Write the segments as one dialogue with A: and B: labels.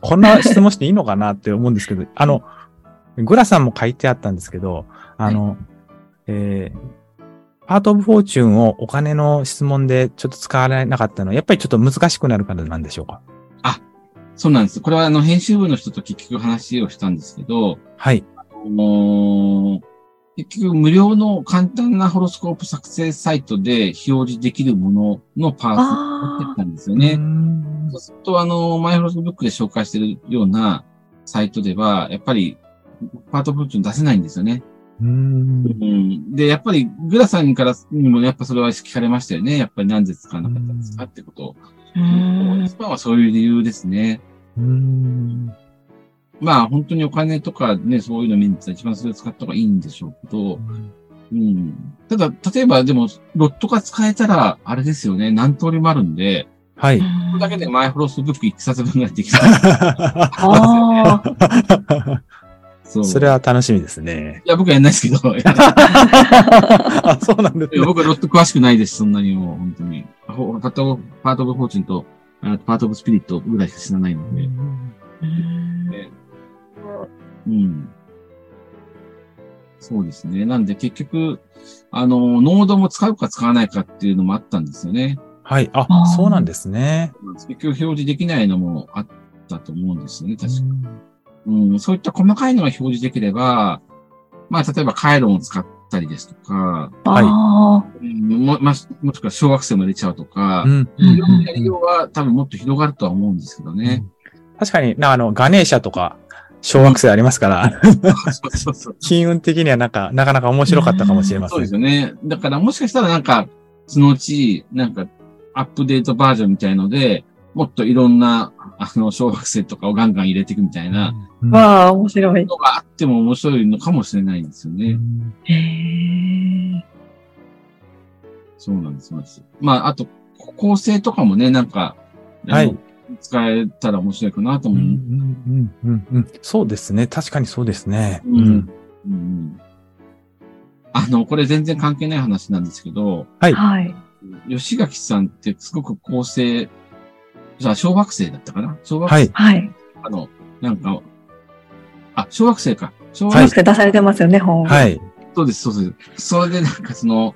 A: こんな質問していいのかなって思うんですけど、あの、グラさんも書いてあったんですけど、あの、えー、パートオブフォーチュンをお金の質問でちょっと使われなかったのは、やっぱりちょっと難しくなるからなんでしょうか
B: そうなんです。これはあの編集部の人と結局話をしたんですけど、
A: はい。
B: あのー結局無料の簡単なホロスコープ作成サイトで表示できるもののパーツを持ってったんですよ
A: うー
B: ね。
A: ん
B: そうすると、あのー、マイホロスコープブックで紹介してるようなサイトでは、やっぱりパートブック出せないんですよね。
A: うーん。
B: うん。で、やっぱりグラさんからにもやっぱそれは聞かれましたよね。やっぱりなんで使わなかったんですかってことを。
C: うん
B: 一番はそういう理由ですね。
A: うーん。
B: まあ本当にお金とかね、そういうの見に行ったら一番それを使った方がいいんでしょうけど、うん。ただ、例えばでも、ロットが使えたら、あれですよね、何通りもあるんで、
A: はい。
B: これだけでマイフロストブック1冊分がで きた。
C: ああ。
B: そ う。
A: それは楽しみですね。
B: いや、僕はやんないですけど、い
A: あそうなんです
B: や
A: ね。
B: 僕はロット詳しくないです、そんなにもう、本当に。ほパートオブ、パートオブフォーチュンと、あパートオブスピリットぐらいしか知らないので、うん。そうですね。なんで結局、あの、ノードも使うか使わないかっていうのもあったんですよね。
A: はい。あ
C: あ、ー
A: そうなんですね。
B: 結局表示できないのもあったと思うんですよね、確か。うん、そういった細かいのが表示できれば、まあ、例えば回路を使ったりですとか、
A: はい
C: あ
B: うんもまもしくは小学生も入れちゃうとか
A: う、ん。
C: ー
B: いろんなやりようは多分もっと広がるとは思うんですけどね。
A: 確かにな、あの、ガネーシャとか、小学生あります から、
B: そうそう そう。
A: 金運的にはなんか、なかなか面白かったかもしれませ。
B: そうんですよね。だからもしかしたらなんか、そのうち、なんか、アップデートバージョンみたいので、もっといろんな、あの、小学生とかをガンガン入れていくみたいな
A: うん
C: わあ、面白い。
B: のがあっても面白いのかもしれないんですよね。
A: うん
C: へえ。
B: そうなんです、そうなんです。まあ、あと、構成とかもね、なんか、
A: はい
B: あの。使えたら面白いかなと
A: うん
B: 思
A: う
B: う。
A: んうんうんうんそうですね。確かにそうですね。
B: うん
A: うん
B: うんうんあの、これ全然関係ない話なんですけど、
C: はい。
B: 吉垣さんってすごく構成、じゃあ小学生だったかな小学生、
A: はい。
C: はい。
B: あの、なんか、あ、小学生か。小
A: は
B: 学
A: い
C: 楽しく出されてますよね、本。い。
A: はい。
B: そうです、そうです。それでなんかその、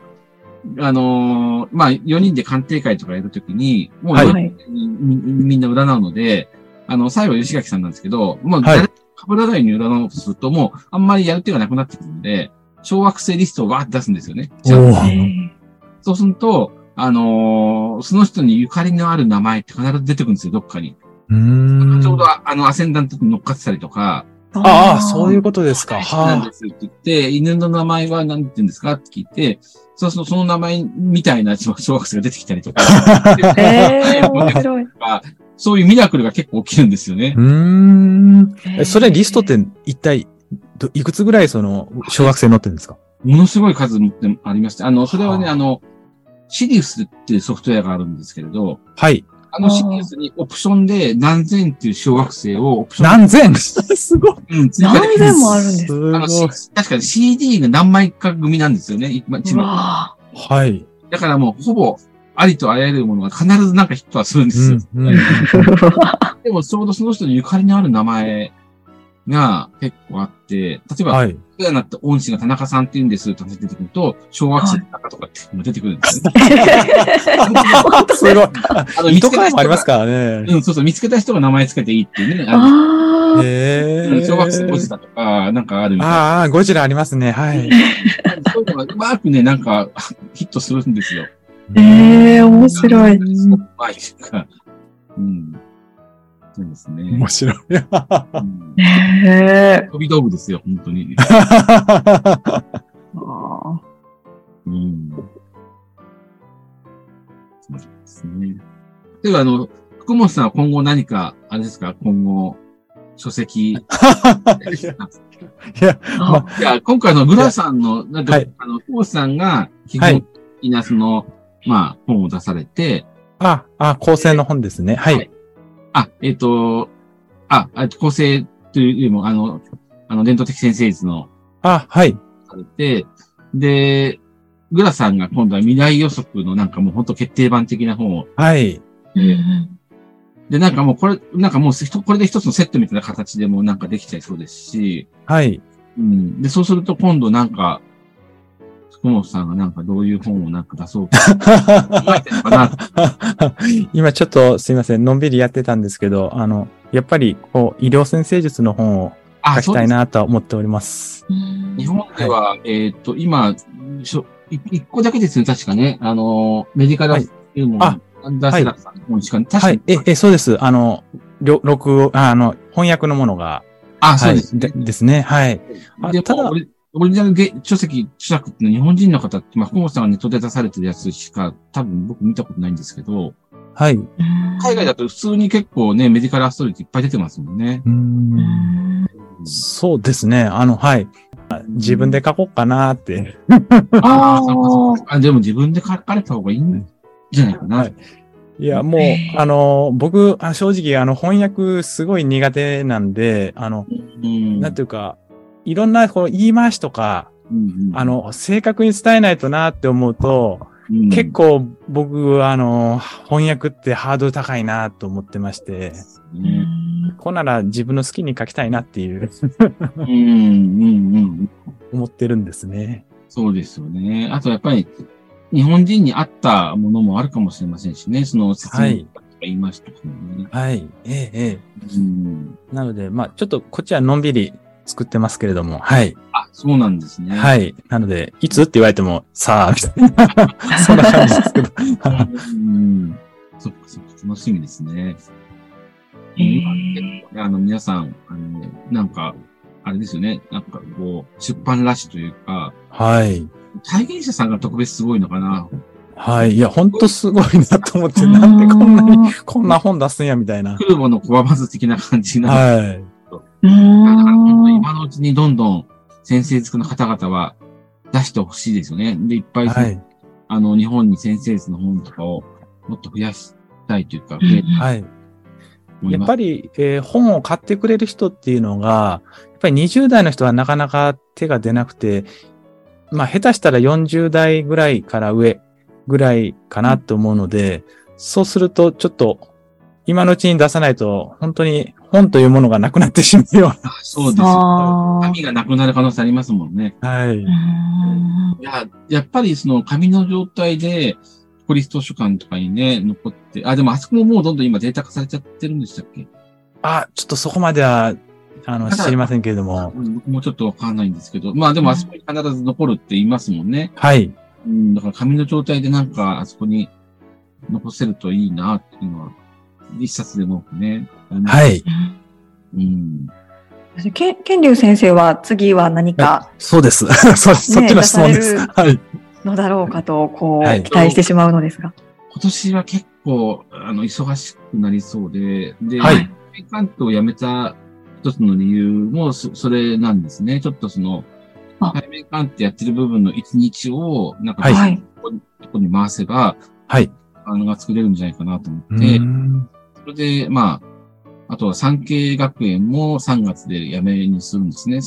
B: あのーまあ、4人で鑑定会とかやるときに、もう
A: はい
C: はい。
B: みみんな占うので、あの、最後は吉垣さんなんですけど、もう
A: はい
B: 誰も被らないように占おうとすると、もうあんまりやる手がなくなってくるんで、小惑星リストをわーって出すんですよね。
A: おー
C: へー。
B: そうすると、あのーその人にゆかりのある名前って必ず出てくるんですよ、どっかに。
A: うーん
B: ちょうどああの、アセンダントに乗っかってたりとか、
A: ああ、そういううことですか。
B: なん
A: は
B: ですよって言って、犬の名前は何て言うんですかって聞いて、そうするとその名前みたいな小惑星が出てきた りとか、
C: へえ、面白い。
B: そういうミラクルが結構起きるんですよね
A: あ。う。ーん。
C: へ
A: え、
C: ー
A: それリストって一体、どいくつぐらいその、小学生載ってるんですか
B: ものすごい数持ってありまして、あの、それはね、
A: はあ
B: あの、シリウスっていうソフトウェアがあるんですけれど、
A: はい。
B: あのシリウスにオプションで何千っていう小惑星をオプション
A: 何 千すごい。
B: で、うん、追加で
C: 何千もあるんです。
A: ご
B: あの、し確かに CD が何枚か組なんですよね、一枚一
C: う
B: 枚。
C: わ
A: はい。
B: だからもう、ほぼ、ありとあらゆるものが必ずなんかヒットはするんですよ。
A: うんうん
C: ーうわ
B: でも、ちょうどその人にゆかりのある名前が結構あって、例えば、
A: はい。
B: 普段だって恩師が田中さんって言うんですって話出てくると、小学生の中とかっていうのが出てくるんですよね。
C: 本当です
A: すごい。
B: あ の
A: いとか
B: 人
A: も
B: が
A: ありますからね。
B: うん、そうそう、見つけた人が名前つけていいっていうね。あの
C: ああ。
A: へ
B: うん
A: え。
B: 小学生ゴジラとか、なんかあるみたいな。
A: ああ、ゴジラありますね。はい。
B: そういうのがうまくね、なんか、ヒットするんですよ。
C: へえ、面白い。
B: すごくうまいっていうか。うん。そうですね
A: 面。白い。
B: うん
C: へえ。
B: 飛び道具ですよ、本当に。
C: あ
B: うん。そうですね。では、あの、福本さんは今後何か、あれですか、今後、書 籍。
C: ー
A: ま
C: あ。
B: いや、今回のグラさんの、なんか、
A: はい
B: あの、コウさんが、基本的な、その、まあ、本を出されて、
A: あ、あ、構成の本ですね。はい。
B: あ、えっ、と、あ、あ構成というよりも、あの、あの、伝統的先生術の、
A: あ、はい。
B: されて、で、グラさんが今度は未来予測のなんかもう本当決定版的な本を
A: はい。
C: うん
B: で、なんかもうこれ、なんかもうひとこれで一つのセットみたいな形でもうなんかできちゃいそうですし、
A: はい。
B: うん。で、そうすると今度なんか、福本さんがなんかどういう本をなんか出そう か考えてるのかなって。
A: 今ちょっとすいません、のんびりやってたんですけど、あの、やっぱりこう、医療先生術の本を
B: あ、
A: 書
B: そ
A: き
B: う
A: た
B: で
A: い
B: す。
A: なとは思っております。
B: 日本では、えーっと、今、しょい一個だけですね、確かね。あの、メディカル
A: はい
B: フィルム
A: あ
B: ンダーセラーさんの本しか、確
A: は
B: か
A: い
B: に。。
A: え、え、そうです。あの、ろ録音、ああの、翻訳のものが、
B: あ、そ
A: は
B: う
A: い
B: です。
A: でですね。はい。あ
B: で
A: た
B: も
A: だ
B: オリ、オリジナルゲ書籍、著作っていうのは日本人の方って、まあ、福本さんがネットで出されてるやつしか、多分僕見たことないんですけど、
A: はい。
B: 海外だと普通に結構ね、メディカルアストリーっていっぱい出てますもんね。
A: うーんそうですね。あの、はい。自分で書こうかなって。
B: あーそうかそうかあ、でも自分で書かれた方がいいんじゃないかな。
A: はいいや、もう、あの、僕、あ正直、あの、翻訳すごい苦手なんで、あの、
B: うん
A: なんていうか、いろんな、この言い回しとか、
B: うんうん
A: あの、正確に伝えないとなって思うと、
B: うん
A: 結構僕、あの、翻訳ってハードル高いなと思ってまして、
B: ね
A: こうなら自分の好きに書きたいなっていう、
B: うん、うん、うん。
A: 思ってるんですね。
B: そうですよね。あとやっぱり、日本人に合ったものもあるかもしれませんしね。その、説
A: は
B: 明
A: い
B: とか言いましたけどね。
A: はい。ええ、ええ。
B: うん。
A: なので、まあ、ちょっとこっちはのんびり作ってますけれども、はい。
B: あ、そうなんですね。
A: はい。なので、いつって言われても、さあ、みたい な、そんな感じですけど。
B: うん。そっかそっか、楽しみですね。
C: へー
B: 今結構ねあの、皆さん、あのね、なんか、あれですよね、なんかこう、出版ラッシュというか、
A: はい。
B: 体現者さんが特別すごいの かな。
A: はい。いや、ほんとすごいなと思って、なんでこんなに、
C: に。
A: こんな本出すんや、みたいな。
B: 来るもの拒まず的な感じなの。
A: はい。
B: だから本当に今のうちにどんどん先生付の方々は出してほしいですよね。で、いっぱい、
A: はい。
B: あの、日本に先生付の本とかをもっと増やしたいというか、増えたい
A: はい。
B: と思い
A: や
B: ま
A: っ
B: す
A: ぱ。り、えー本を買ってくれる人っていうのが、やっぱり20代の人はなかなか手が出なくて、まあ、下手したら40代ぐらいから上ぐらいかなと思うので、そうすると、ちょっと、今のうちに出さないと、本当に本というものがなくなってしまうよ
B: あそうですよ。
C: あー
B: 紙がなくなる可能性ありますもんね。
A: うな。はい。
C: うん
B: いや、やっぱりその紙の状態で、国立図書館とかにね、残って、あ、でもあそこももうどんどん今データ化されちゃってるんでしたっけ
A: あ、ちょっとそこまでは、あの、
B: ただ
A: 知りませんけれども。
B: うん僕もちょっとわかんないんですけど、まあでもあそこに必ず残るって言いますもんね。
A: はい。
B: うん、だから紙の状態でなんかあそこに残せるといいなっていうのは、一冊でも多くね。い。
A: はい。
B: うん。
C: けんりゅう先生は次は何か
A: そうです。 そ、そっちの質問です。
C: 出さ
A: はい。
C: のだろうかと、こ、
A: はいう
C: 期待してしまうのですが。
B: 今年は結構、あの、忙しくなりそうで、で、
A: はい
B: 海関東を辞めた一つの理由もそ、それなんですね。ちょっとその、
C: あ
B: 対面関係やってる部分の一日を、なんか、
A: はい
C: はい
B: こうとこに回せば、
A: はい。
B: あのが作れるんじゃないかなと思
A: う
B: って
A: ー、ん
B: それで、まあ、あとは産経学園も3月で辞めにするんですね。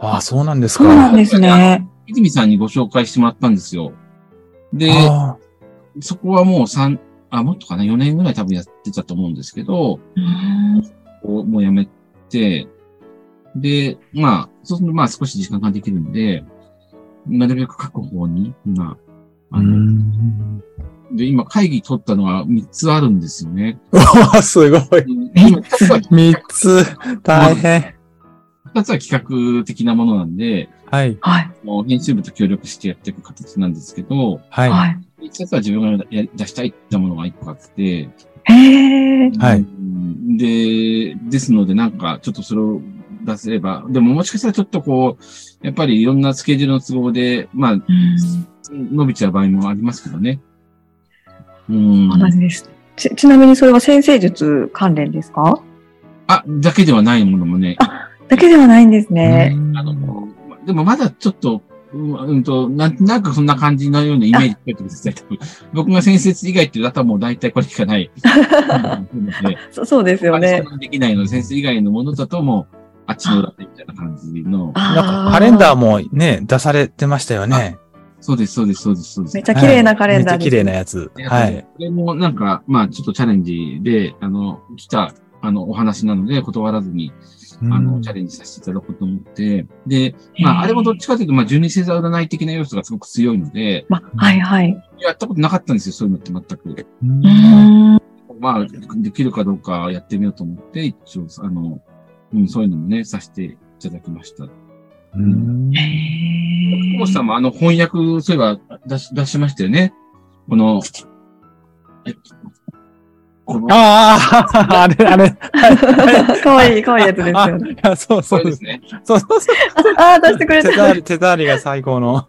A: ああ、そうなんです
C: そ
A: か。
C: うなんですね。
B: 泉さんにご紹介してもらったんですよ。で、
A: ああ
B: そこはもう3、あ、もっとかな、4年ぐらい多分やってたと思うんですけど、
C: うん
B: をもうやめて、で、まあ、そうするとまあ少し時間ができるんで、なるべく確保に、まあ、あ
A: う
B: の、
A: ん。
B: で、今会議取ったのは3つあるんですよね。
A: わあ、 すごい。
B: 今2つは、
A: 三つ、大変。
B: 二つは企画的なものなんで、
A: はい、
C: はい。
B: もう編集部と協力してやっていく形なんですけど、
A: は
C: はい。
B: 一つは自分がや出したいってものが一個あって、
C: へえ。
A: はい
B: うんで、ですのでなんか、ちょっとそれを出せれば、でももしかしたらちょっとこう、やっぱりいろんなスケジュールの都合で、まあ、
C: うん
B: 伸びちゃう場合もありますけどね。うん。
C: 同じです。ち、ちなみにそれは先生術関連ですか
B: あ、だけではないものもね。あ
C: だけではないんです
A: い。
C: ね。
B: の、までもまだちょっと、うんうんと、なんとなくそんな感じのようなイメージつけてください。多分僕が先説以外ってだったらもう大体これしかない。うんなので
C: そそうですよね。
B: できないの、先生以外のものだともう、あっちの裏手みたいな感じの。
A: なんかカレン
C: ー
A: ダーもね、出されてましたよね。
B: そうです、そうです、そうです、そうです。
C: めっちゃ綺麗なカレンダー
A: めっ
C: で
A: ちゃ
C: す
A: 綺麗なやつ。は
B: はいい。。これもなんか、まあちょっとチャレンジで、あの、来た、あの、お話なので断らずに、あ
A: う
B: の、
A: ん
B: チャレンジさせていただこうと思って、で、まああれもどっちかというと、まあ十二星座占い的な要素がすごく強いので、
C: まあ、はいはい。
B: やったことなかったんですよ、そういうのって全く。
A: うん
C: うーん。
B: まあ、できるかどうかやってみようと思って、一応、あの、うん、そういうのもね、させていただきました。
A: うん
C: へ
B: コウさんもあの翻訳、そういえば出し、出しましたよね。この、えこの、
A: あ あ、あれ、あれ。
C: ー。かわいい、かわいいやつですよね。
A: あそう
B: こ
A: そ
B: れ
A: う
B: で
A: です。
B: すね。
A: そうそうそう。
C: ああ、出してく れ
A: 手触
C: た。
A: り、手触りが最高の。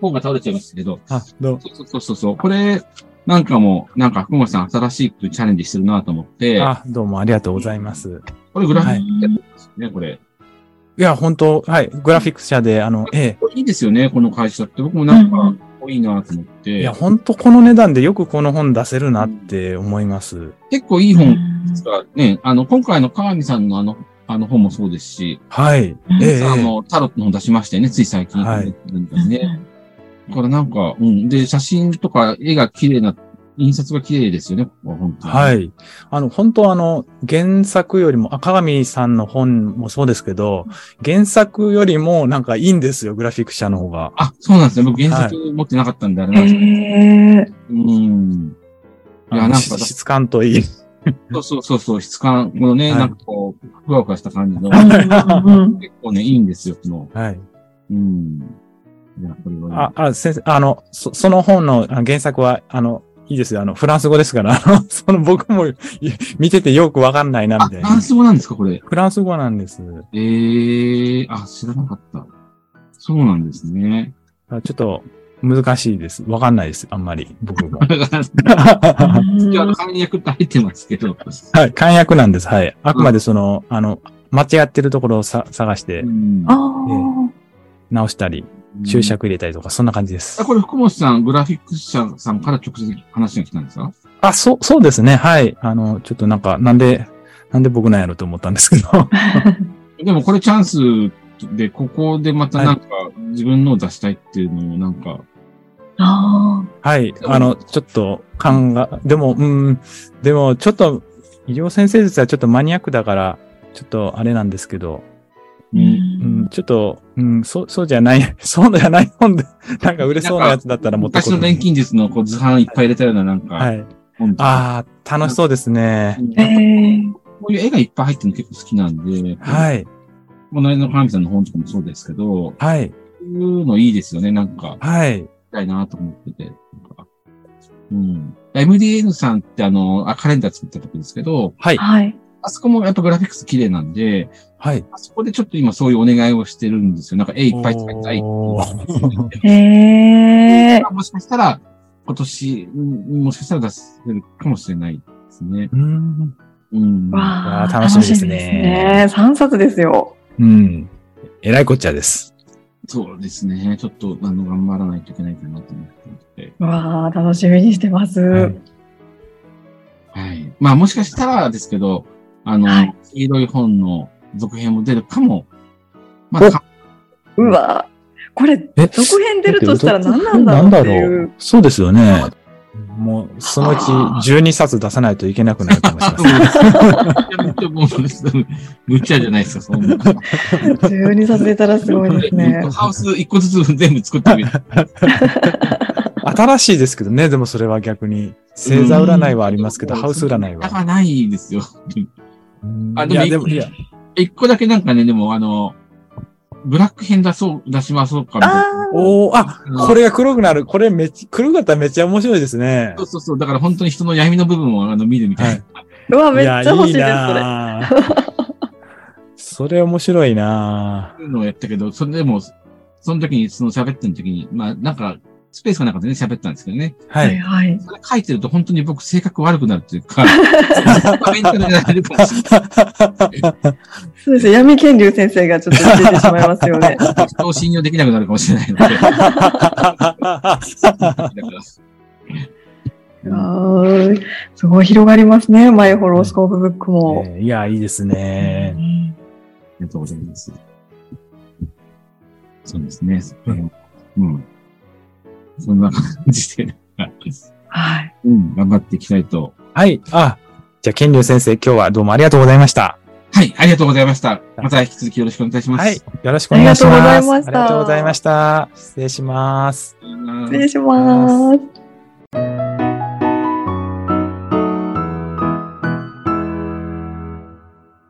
B: 本が倒れちゃいましたけど。
A: あ、どう
B: そうそうそうそうそう。これ、なんかもう、なんか、福本さん新しいことチャレンジしてるなと思って、
A: あ、どうもありがとうございます。
B: これグラフィックやってますね、これ。
A: いや、本当はい。グラフィック社で、あの、え
B: これいいですよね、この会社って。僕もなん
C: う
B: か
C: ん、
B: いいなと思っ
A: え。い
B: て
A: や、。本当この値段でよくこの本出せるなって思います。
B: 結構いい本ですからね、あの、今回の川見さんのあの、あの本もそうですし、
A: はい。
C: うん
A: ええ。
B: あの、タロットの本出しましたよね、つい最近。
A: はい
B: ね。だからなんか、うん。で、写真とか絵が綺麗な、印刷が綺麗ですよね、ここは本当に。。
A: はいい。あの、本当あの、原作よりも、赤上さんの本もそうですけど、原作よりもなんかいいんですよ、グラフィック社の方が。
B: あ、そうなんですね。僕原作持ってなかったんで、あれなんですけ
C: へえ。
B: ど。うん。いや、
A: あ
B: なん
A: の
B: か、
A: し質感といい。
B: そうそうそうそう、質感、このね、
A: はい
B: なんかこう、ふわふわした感じの、
C: うんうんうん
B: 結構ね、いいんですよ、この。
A: はい。
B: うん。いや、これは
A: あ、あ、先生、あの、そその本のあ原作は、あの、いいですよ。あの、フランス語ですから、 あの、その僕もい見ててよくわかんないな、
B: あ、
A: みた
B: フ
A: い
B: ラ
A: な
B: ン。ス語なんですか、これ。
A: フランス語なんです。
B: ええあ、知らなかった。そうなんですね。
A: あちょっと難しいです。わかんないです。あんまり、僕 も。
B: だから、一応、あの、管理役って入ってますけど。
A: はい。簡約なんです。はい。あくまでその、あの、間違ってるところをさ探して
B: うん
C: あー
A: 直したり、注釈入れたりとか、そんな感じです
B: あ。これ、福本さん、グラフィック社さんから直接話が来たんですか
A: あ、そう、そうですね。はい。あの、ちょっとなんか、なんで、なんで僕なんやろと思ったんですけど。
B: でもこれチャンスで、ここでまたなんか、自分のを出したいっていうのもなんか、
C: あ
A: はい。あの、ちょっと、感が、でも、うん、でも、ちょっと、医療先生術はちょっとマニアックだから、ちょっとあれなんですけど、
B: う
C: ー。
B: ん
A: うん、ちょっと、うん、そう、そうじゃない、 そうじゃない本 で、なんか売れそうなやつだったら持って
B: 昔
A: こ
B: の
A: る。
B: 錬金術のこう図版いっぱい入れたようななんか、
A: はい。
B: 本
A: ああ、楽しそうですね。
C: へえ。
B: こういう絵がいっぱい入ってるの結構好きなんで、い。
A: はい。
B: この間の神さんの本とかもそうですけど、こ
A: はい。
B: ういうのいいですよね、なんか、
A: はい。
B: 見たいなと思ってて。なんかうん。MDN さんってあの、あカレンダー作った時ですけど、
C: はい。
B: あそこもやっぱグラフィックス綺麗なんで、
A: はい。
B: あそこでちょっと今そういうお願いをしてるんですよ。なんか絵いっぱい使いたいって
A: おー
C: へえ。
B: もしかしたら、今年、うんもしかしたら出せるかもしれないですね。
A: うん。
B: うん。
C: わあ、
A: わあ楽しみですね
C: 楽しみですね三冊ですよ。
A: うん。えらいこっちゃです。
B: そうですね。ちょっと、あの、頑張らないといけないかなと思っていて。
C: わあ、楽しみにしてます。
A: はい
B: はい。まあ、もしかしたらですけど、あの、
C: はい
B: 黄色い本の続編も出るかも。まあ、
A: お
B: か
C: うわあ、これ、
A: え
C: 続編出るとしたら何な
A: なんん
C: だ
A: だ
C: ろうってい
A: ろ
C: う
A: う。。そうですよね。もう、そのうち12冊出さないといけなくなるかもしれませ ん。
B: めっちゃもうです。無茶じゃないですか、そんな。
C: 12冊出たらすごいで すね。
B: ハウス一個ずつ全部作ってみる。
A: 新しいですけどね、でもそれは逆に。 星座占いはありますけど、
B: うん
A: ハウス占い
B: だか
A: は。
B: らないですよ。
A: うん
B: あ
A: い
B: でも
A: や、でも、いや、
B: 一個だけなんかね、でもあの、ブラック編出そう、出しましょうかみたいな。
C: あ
A: おおあ
B: うん、
A: これが黒くなる。これめっちゃ、黒かったらめっちゃ面白いですね
B: そう。そうそう。だから本当に人の闇の部分をあの見るみたいな。
C: うわ、めっちゃ欲しい
A: い
C: です、それ。
A: やいいなあ それ面白いな
B: そういうのをやったけど、それでも、その時に、その喋ってる時に、まあなんか、スペースがなかったね、喋ったんですけどね。
A: あは
C: は い
A: い。
C: はい。
B: それ書いてると本当に僕性格悪くなるという か、勉強になれるかもしれ
C: そうですね。闇剣流先生がちょっと出てしまいます よね。
B: ない。人を信用できなくなるかもしれないので。だから
C: あーすごい広がりますね。マイホロスコープブックも。
A: えーいや、いいですね。
B: ありがとうございます。そうですね。うん。そんな感じで、
C: はい。
B: うん、頑張っていきたいと。
A: はい。あ、じゃあ、健龍先生、今日はどうもありがとうございました。
B: はい、ありがとうございました。また引き続きよろしくお願いいたします。
A: はい。よろしくお願いします。
C: ありがとうございました
A: ありがとうございました。失礼します。
B: さようなら
C: 失礼します。